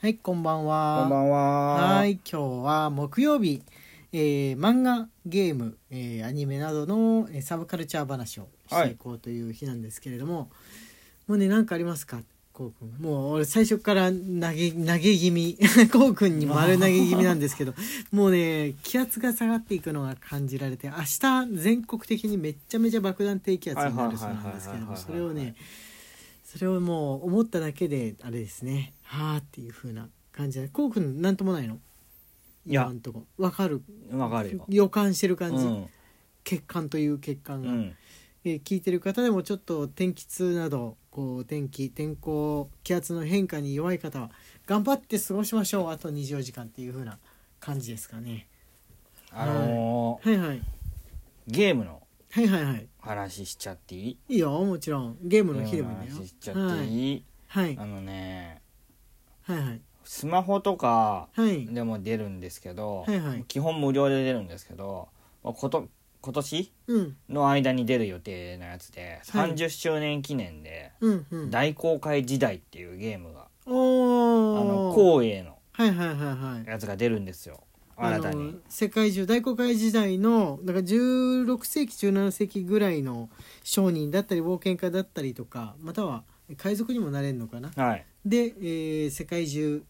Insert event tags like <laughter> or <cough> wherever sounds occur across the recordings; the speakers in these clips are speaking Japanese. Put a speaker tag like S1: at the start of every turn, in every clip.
S1: はい、こんばんは。
S2: こんばんは。
S1: はい、今日は木曜日、えー漫画、ゲーム、えーアニメなどのえーサブカルチャー話をしていこうという日なんですけれども、もうね、何かありますかこうくんもう俺最初から投げ投げ気味 <laughs> こうくんに丸投げ気味なんです
S2: <laughs>
S1: けどもうね気圧が下がっていくのが感じられて明日全国的にめっちゃめちゃ爆弾低気圧になるそうなんですけど
S2: はいはいはいはいはいはい
S1: もそれをねそれをもう思っただけであれですねはあっていう風な感じでこうくんなんともないの
S2: いや
S1: 今んとこわかる
S2: わかるよ。
S1: 予感してる
S2: う
S1: 感じ、
S2: ん。
S1: 血管という血管
S2: う
S1: が、
S2: ん。
S1: えー聞いてる方でもちょっと天気痛などこう天気天候気圧の変化に弱い方は頑張って過ごしましょうあと24時間っていう風な感じですかね
S2: あのー
S1: はいはい
S2: ゲームの
S1: はいはいはい
S2: 話しちゃっていい
S1: いいよもちろんゲー
S2: ゲ
S1: ムの日で
S2: ー
S1: も
S2: ム
S1: いい
S2: の
S1: んだよ
S2: 話しちゃっていい
S1: はい
S2: あのね、
S1: はいはい
S2: スマホとか
S1: はい
S2: でも出るんですけど
S1: はいはい、
S2: 基本無料で出るんですけど、まあこと今年
S1: うん
S2: の間に出る予定のやつで、
S1: はい
S2: 30周年記念で、
S1: うんうん
S2: 大公開時代っていうゲームが、
S1: お
S2: あ
S1: ー
S2: の、光栄の
S1: はいはいはいはい
S2: やつが出るんですよ。新たに。
S1: 世界中大航海時代のだから16世紀17世紀ぐらいの商人だったり冒険家だったりとかまたは海賊にもなれるのかな
S2: はい。
S1: で、えー世界中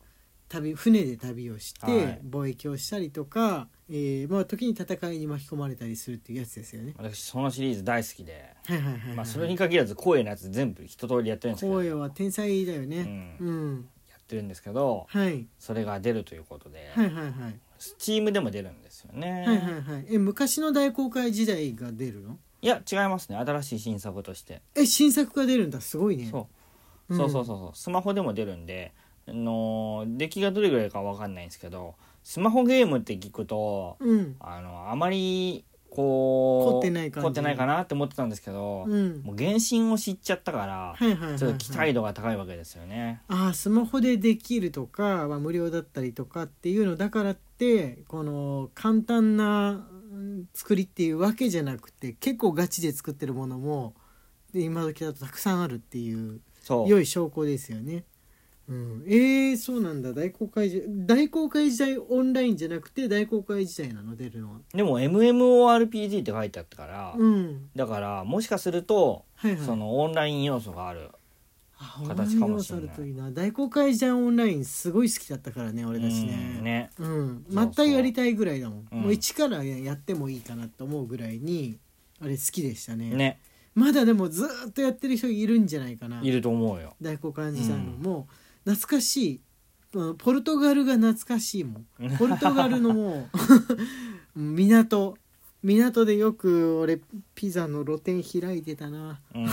S1: 旅船で旅をして、
S2: はい
S1: 貿易をしたりとか、えーまあ、時に戦いに巻き込まれたりするっていうやつですよね。
S2: 私、そのシリーズ大好きで。
S1: はいはいはい、はい
S2: まあ、それに限らず声のやつ全部一通りやってるんですけど
S1: 声は天才だよ
S2: う
S1: ね。
S2: ん
S1: うん、
S2: やってるんですけど
S1: はい、
S2: それが出るということで、
S1: はいはいはい
S2: スチームでも出るんですよね、
S1: はいはいはいえ昔の大航海時代が出るの
S2: いや違いますね新しい新作として、
S1: え新作が出るんだすごいね。
S2: そううんそうそうそうそうスマホでも出るんで、あのー出来がどれぐらいか分かんないんですけどスマホゲームって聞くと、
S1: うん
S2: あのあまりこ
S1: 凝
S2: う
S1: ってない感じ
S2: 凝ってないかなって思ってたんですけど、
S1: うん
S2: もう原神を知っちゃったから、
S1: はいはいはいはい
S2: ちょっと期待度が高いわけですよね。
S1: ああスマホでできるとか、まあ、無料だったりとかっていうのだからってこの簡単なうん作りっていうわけじゃなくて結構ガチで作ってるものもで今時だとたくさんあるっていう
S2: そう
S1: 良い証拠ですよね。うん、えー、そうなんだ大公開時大公開時代オンラインじゃなくて大公開時代なの出るのは。
S2: でも MMORPG って書いてあったから、
S1: うん
S2: だからもしかすると、
S1: はいはい、
S2: そのオンライン要素がある
S1: あ
S2: 形かもしれない
S1: オンライン要素あるといいな大公開時代オンラインすごい好きだったからね俺たちね。
S2: うんね
S1: うん、
S2: そう
S1: またやりたいぐらいだもん
S2: うん
S1: もう一からやってもいいかなと思うぐらいにあれ好きでしたね
S2: ね
S1: まだでもずーっとやってる人いるんじゃないかない
S2: ると思うよ、
S1: 大航海時代のもう懐かしいあのポルトガルが懐かしいも
S2: <laughs>
S1: んポルトガルのもう <laughs> 港港でよく俺ピザの露店開いてたな <laughs>
S2: うん、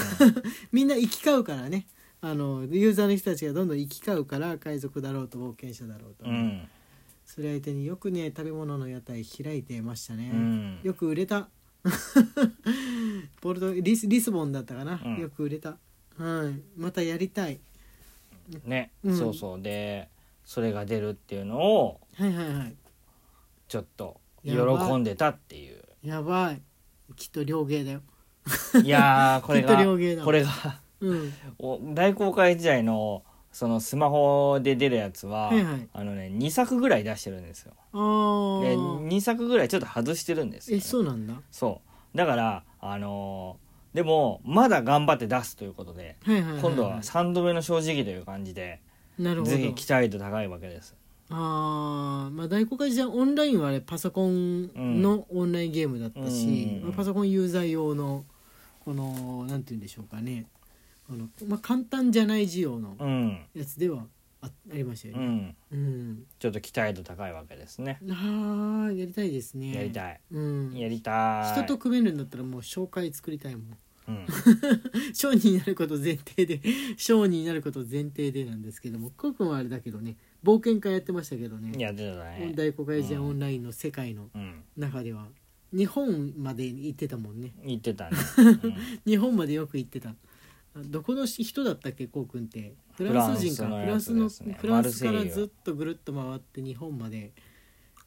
S1: みんな行き交うからねあのユーザーの人たちがどんどん行き交うから海賊だろうと冒険者だろうと、
S2: うん、
S1: それ相手によくね食べ物の屋台開いてましたね、
S2: うん
S1: よく売れた <laughs> ポルトリスリスボンだったかな、
S2: うん
S1: よく売れた、はい、またやりたい
S2: ね、
S1: うん
S2: そうそうでそれが出るっていうのを
S1: はいはいはい
S2: ちょっと喜
S1: やばい
S2: んでたっていう
S1: やばいきっと両芸だよ
S2: いやーこれ
S1: きっ
S2: が
S1: と両芸だ
S2: これが
S1: うん
S2: お大公開時代のそのスマホで出るやつは、
S1: はいはい
S2: あのね2作ぐらい出してるんですよ
S1: あ
S2: で
S1: ー
S2: 2作ぐらいちょっと外してるんですよ、
S1: え
S2: ね、
S1: そうなんだ
S2: そうだからあのーでもまだ頑張って出すということで
S1: はいはいはいい、
S2: 今度は3度目の正直という感じで
S1: なるほど
S2: ぜひ期待度高いわけです
S1: あーまあ大公開時代オンラインはあれパソコンのオンラインゲームだったし、
S2: うん
S1: まあパソコンユーザー用のこのなんて言うんでしょうかねあの、まあ、簡単じゃない需要の
S2: うん
S1: やつではあありましたよ
S2: う
S1: ね。
S2: ん
S1: うん、
S2: ちょっと期待度高いわけですね
S1: あーやりたいですね。
S2: やりた
S1: い。
S2: い
S1: うん、
S2: やりたい
S1: 人と組めるんだったらもう紹介作りたいもん。 <laughs>
S2: うん
S1: 商人になること前提で <laughs> 商人になること前提でなんですけどもコウ君はあれだけどね冒険家やってましたけどね
S2: やってたね
S1: 大公開時代
S2: うん
S1: オンラインの世界の
S2: うん
S1: 中では日本まで行ってたもんね
S2: 言ってたね、うん
S1: 日本までよく行ってたどこの人だったっけこうくんってフ
S2: ラ
S1: ラン
S2: ン
S1: ス
S2: ス
S1: 人かフ
S2: の
S1: ラ
S2: や
S1: ンス
S2: つで
S1: の
S2: すね
S1: フランスか
S2: マ
S1: ら
S2: ルセイユ
S1: ずっとぐるっと回って日本まで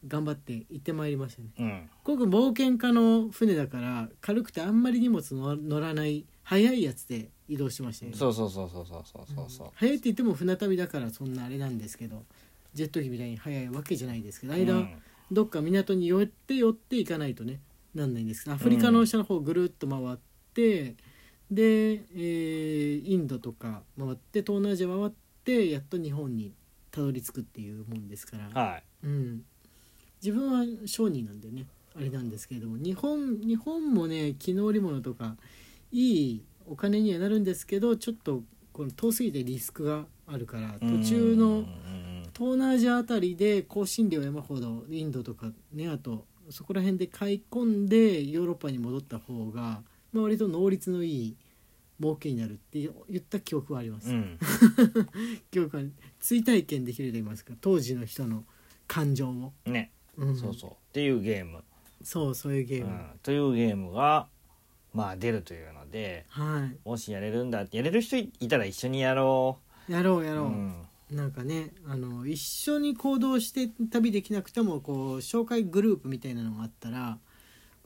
S1: 頑張って行ってまいりましたね
S2: うん
S1: こうくん冒険家の船だから軽くてあんまり荷物の乗らない速いやつで移動しましたよね
S2: そうそうそうそうそうそうそう
S1: 早いって言っても船旅だからそんなあれなんですけどジェット機みたいに速いわけじゃないですけど間、
S2: うん
S1: どっか港に寄って寄っていかないとねなんないんですけどアフリカの下の方をぐるっと回って、で、えーインドとか回って東南アジア回ってやっと日本にたどり着くっていうもんですから、
S2: は
S1: うん、自分は商人なんでねあれなんですけれども日本日本もね絹織物とかいいお金にはなるんですけどちょっとこの遠すぎてリスクがあるから
S2: い、
S1: 途中の、
S2: うん
S1: 東南アジアあたりで香辛料山ほどインドとかねあとそこら辺で買い込んでヨーロッパに戻った方が、まあ、割と能率のいい儲けになるって言った記憶はありま
S2: う
S1: す、
S2: んうん
S1: 記憶は追体験できると言いますか当時の人の感情を、
S2: うんね、
S1: うん
S2: そうそうっていうゲーム、
S1: そうそういうゲー
S2: う
S1: ム、
S2: ん、というゲームがまあ出るというので
S1: は
S2: もしやれるんだってやれる人いたら一緒にやろ
S1: いやろうや
S2: う、
S1: ろう、
S2: ん、
S1: なんかねあの一緒に行動して旅できなくてもこう紹介グループみたいなのがあったらま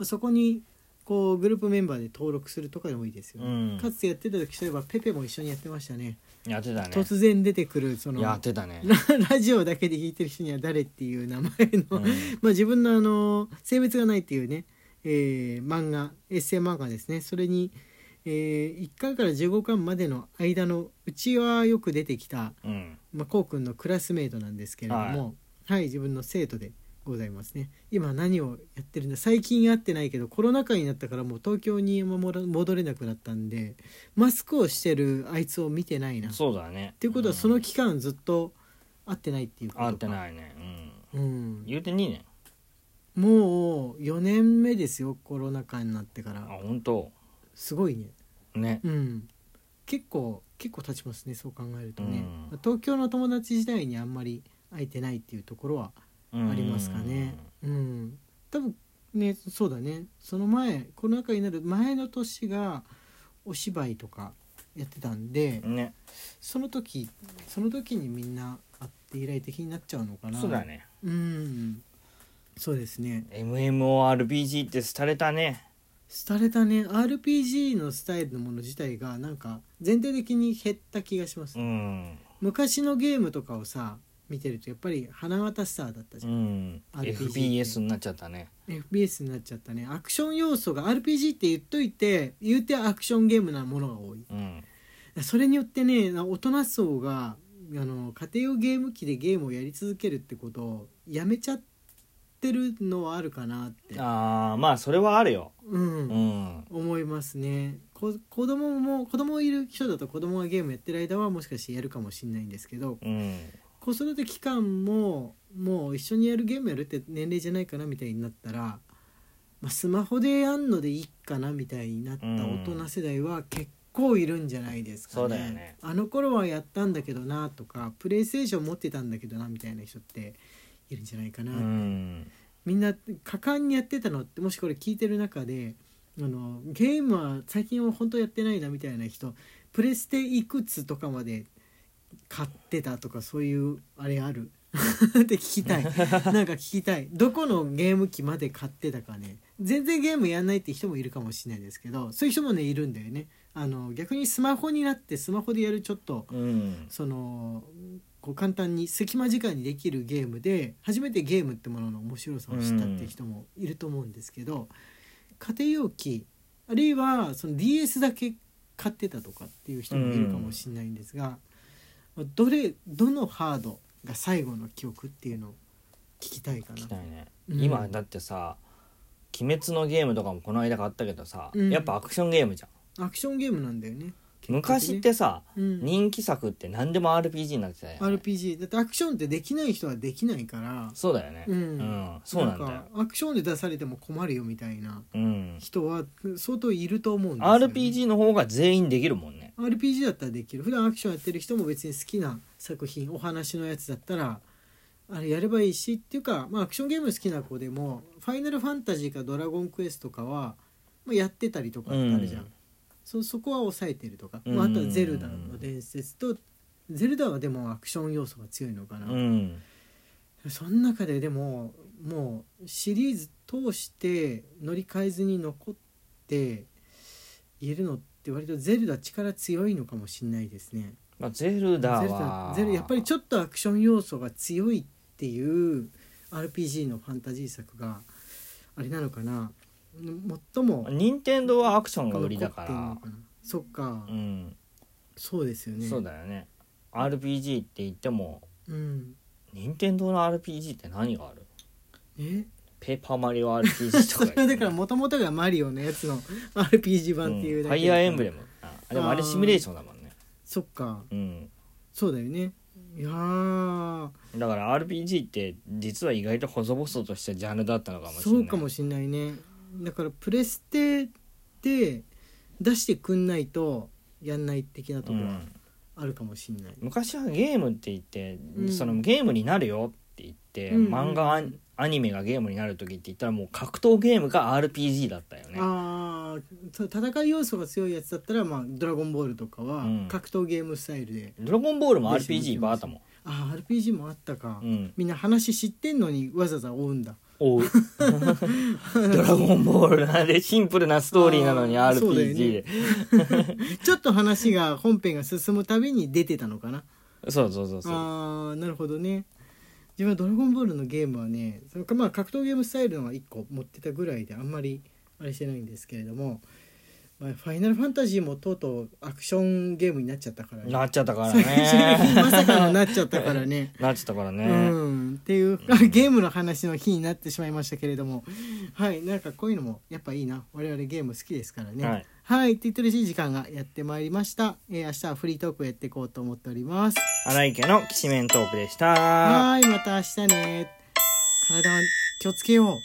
S1: あそこにこうグループメンバーで登録するとかでもいいですよ、
S2: うん
S1: かつてやってた時そういえばペペも一緒にやってましたね
S2: やってたね
S1: 突然出てくるその
S2: や
S1: ラ
S2: ってたね、
S1: <laughs> ラジオだけで聞いてる人には誰っていう名前
S2: う
S1: の、
S2: ん
S1: ま <laughs> あ自分のあの性別がないっていうね、えー漫画エッセイ漫画ですねそれに、え1巻から15巻までの間のうちはよく出てきた
S2: うん、
S1: まあ、こうくんのクラスメイトなんですけれども、はい、自分の生徒でございますね。今何をやってるんだ最近会ってないけどコロナ禍になったからもう東京にもら戻れなくなったんでマスクをしてるあいつを見てないな。っ
S2: そうだねって
S1: いうことはその期間ずっと会ってないっていうことか。
S2: 合ってないね、うん、
S1: うん、
S2: 言うて2年
S1: もう4年目ですよコロナ禍になってか
S2: あ
S1: ら
S2: 本当
S1: すごいね。
S2: ね
S1: うん、結構結構経ちますねそう考えるとね、
S2: うん
S1: 東京の友達時代にあんまり会えてないっていうところは
S2: うん
S1: ありますかね。うん、多分ねそうだねその前コロナ禍になる前の年がお芝居とかやってたんで、
S2: ね
S1: その時その時にみんな会って以来的になっちゃうのかな
S2: そうだね
S1: うんそうですね
S2: MMORPG って廃れたね
S1: 廃れたね RPG のスタイルのもの自体がなんか全体的に減った気がします、
S2: うん
S1: 昔のゲームとかをさ見てるとやっぱり花形スターだったじゃん
S2: うん
S1: RPG
S2: FPS になっちゃったね
S1: FPS になっちゃったねアクション要素が RPG って言っといて言うてアクションゲームなものが多い
S2: うん
S1: それによってね大人層があの家庭用ゲーム機でゲームをやり続けるってことをやめちゃってるのはあるかなって、
S2: ああまあそれはあるよ
S1: うん
S2: うん
S1: 思いますねこ子供も子供いる人だと子供がゲームやってる間はもしかしてやるかもしれないんですけど
S2: うん
S1: 子育て期間ももう一緒にやるゲームやるって年齢じゃないかなみたいになったら、まあ、スマホでやんのでいいかなみたいになった大人世代は結構いるんじゃないですかね。
S2: そうだよね
S1: あの頃はやったんだけどなとかプレイステーション持ってたんだけどなみたいな人っているんじゃないかな、
S2: うん
S1: みんな果敢にやってたのってもしこれ聞いてる中であのゲームは最近は本当やってないなみたいな人プレステいくつとかまで買ってたとかそういうあれある <laughs> って聞きたいなんか聞きたいどこのゲーム機まで買ってたかね全然ゲームやんないって人もいるかもしれないですけどそういう人もねいるんだよねあの逆にスマホになってスマホでやるちょっと
S2: うん
S1: そのこう簡単に隙間時間にできるゲームで初めてゲームってものの面白さを知ったっていう人もいると思うんですけど、家庭用機あるいはその DS だけ買ってたとかっていう人もいるかもしれないんですが、まあどれどのハードが最後の記憶っていうのを聞きたいか
S2: 聞
S1: な
S2: きた。いね
S1: うん
S2: 今だってさ「鬼滅のゲーム」とかもこの間買ったけどさ
S1: うん
S2: やっぱアクションゲームじゃん
S1: アクションゲームなんだよね。
S2: 昔ってさ
S1: うん
S2: 人気作って何でも RPG になってたよね
S1: RPG だってアクションってできない人はできないから
S2: そうだよね
S1: う
S2: うんんそうなんだよ
S1: かアクションで出されても困るよみたいな
S2: うん
S1: 人は相当いると思うんですよ、ね、
S2: RPG の方が全員できるもんね
S1: RPG だったらできる普段アクションやってる人も別に好きな作品お話のやつだったらあれやればいいしっていうか、まあ、アクションゲーム好きな子でも「ファイナルファンタジー」か「ドラゴンクエスト」とかは、まあ、やってたりとかってあるじゃん、
S2: うん
S1: そそこは抑えてるとか、
S2: うん
S1: まあ、あとは「ゼルダの伝説」と「ゼルダ」はでもアクション要素が強いのかな、
S2: うん
S1: その中ででももうシリーズ通して乗り換えずに残っているのって割とゼルダ力強いのかもしれないですね。
S2: まあ、ゼルダ
S1: ゼルダ
S2: は
S1: ゼルやっぱりちょっとアクション要素が強いっていう RPG のファンタジー作があれなのかな最も
S2: 任天堂はアクションが
S1: 残
S2: 売
S1: って
S2: り
S1: んの
S2: だ
S1: か
S2: か、
S1: なそっから
S2: うん、
S1: そうですよね
S2: そうだよね RPG って言っても
S1: うん
S2: 任天堂の RPG って何がある
S1: え
S2: ペーパーマリオ RPG と
S1: そ
S2: か
S1: れはだから元々がマリオのやつの RPG 版っていう
S2: フ
S1: だ
S2: ァ
S1: け
S2: イアーエンブレムあでもあれ
S1: あー
S2: シミュレーションだもんね
S1: そっか
S2: うん
S1: そうだよねいやー
S2: だから RPG って実は意外と細々としたジャンルだったのかもしれ
S1: そ
S2: ないう
S1: かもしんないねだからプレステで出してくんないとやんない的なとこ
S2: う
S1: ろは
S2: ん
S1: あるかもしんない、
S2: 昔はゲームって言って、
S1: うん
S2: そのゲームになるよって言って、
S1: うんうん
S2: 漫画アニアニメがゲームになる時って言ったらもう格闘ゲームが RPG だったよね
S1: ああ戦い要素が強いやつだったら「まあ、ドラゴンボール」とかは
S2: うん
S1: 格闘ゲームスタイルで、
S2: ドラゴンボールも
S1: ですよね
S2: RPG いっぱいあったも
S1: ああ RPG もあったか、
S2: ん、
S1: <laughs>
S2: うん、
S1: みんな話知ってんのにわざわざ追
S2: <laughs>
S1: うんだ
S2: おうドラゴンボールなんでシンプルなストーリーなのに
S1: あーそうだよ
S2: RPG
S1: ねちょっと話が本編が進むたびに出てたのかな
S2: そうそうそうそう
S1: ああなるほどね自分は「ドラゴンボール」のゲームはねそのかまあ格闘ゲームスタイルのは1個持ってたぐらいであんまりあれしてないんですけれども、まあ、ファイナルファンタジーもとうとうアクションゲームになっちゃったからね
S2: なっちゃったから
S1: 最終的に <laughs> まさかの
S2: ね
S1: なっちゃったからね
S2: なっちゃったからね、
S1: うんっていうゲームの話の日になってしまいましたけれどもはいなんかこういうのもやっぱいいな我々ゲーム好きですからね
S2: はい、
S1: はいって言ってるしい時間がやってまいりました、えー明日はフリートークをやっていこうと思っております
S2: 荒井家のきしめんトークでした
S1: はーい、また明日ね。体は気をつけよう。